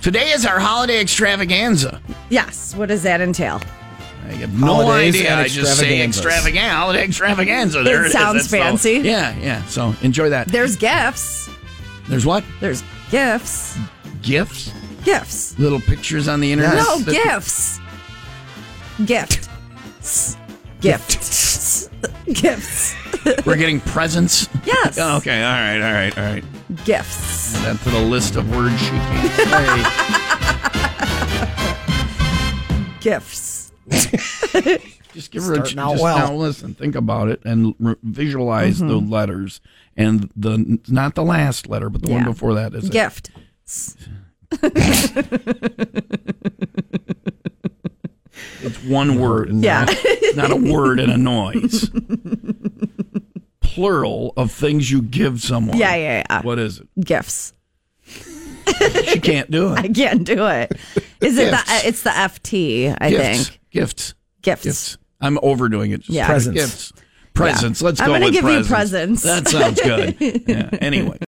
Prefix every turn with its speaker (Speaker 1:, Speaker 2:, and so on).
Speaker 1: Today is our holiday extravaganza.
Speaker 2: Yes. What does that entail?
Speaker 1: I have no
Speaker 3: Holidays
Speaker 1: idea.
Speaker 3: and
Speaker 1: I just say
Speaker 3: extravaganzas.
Speaker 1: extravaganza. Holiday extravaganza. There it, is.
Speaker 2: sounds
Speaker 1: That's the-
Speaker 2: fancy.
Speaker 1: yeah, yeah. So enjoy that.
Speaker 2: There's gifts.
Speaker 1: There's what?
Speaker 2: There's gifts.
Speaker 1: Gifts?
Speaker 2: Gifts.
Speaker 1: Little pictures on the internet?
Speaker 2: No,
Speaker 1: That-
Speaker 2: gifts. Gift. Gifts. Gifts.
Speaker 1: We're getting presents?
Speaker 2: Yes.
Speaker 1: Oh, okay, all right, all right, all right.
Speaker 2: Gifts.
Speaker 1: That's the list of words she can't say.
Speaker 2: Gifts.
Speaker 1: Just give her a
Speaker 3: Starting out
Speaker 1: just
Speaker 3: well.
Speaker 1: Now listen, think about it and r visualize the
Speaker 2: Mm-hmm.
Speaker 1: letters and the not the last letter, but the one
Speaker 2: Yeah.
Speaker 1: before that is it?
Speaker 2: Gift.
Speaker 1: It's one word.
Speaker 2: Yeah.
Speaker 1: Not, not a word and a noise. Plural of things you give someone.
Speaker 2: Yeah, yeah, yeah.
Speaker 1: What is it?
Speaker 2: Gifts.
Speaker 1: She can't do it.
Speaker 2: I can't do it. Is it the? uh,
Speaker 1: Gifts.
Speaker 2: It's the FT. I
Speaker 1: Gifts.
Speaker 2: think.
Speaker 1: Gifts.
Speaker 2: Gifts.
Speaker 1: Gifts. I'm overdoing it. Just
Speaker 2: Yeah.
Speaker 3: Presents.
Speaker 1: Gifts. Presents. Let's
Speaker 2: I'm
Speaker 1: go
Speaker 2: gonna
Speaker 1: with
Speaker 2: give you
Speaker 1: presents.
Speaker 2: presents.
Speaker 1: That sounds good. yeah. Anyway.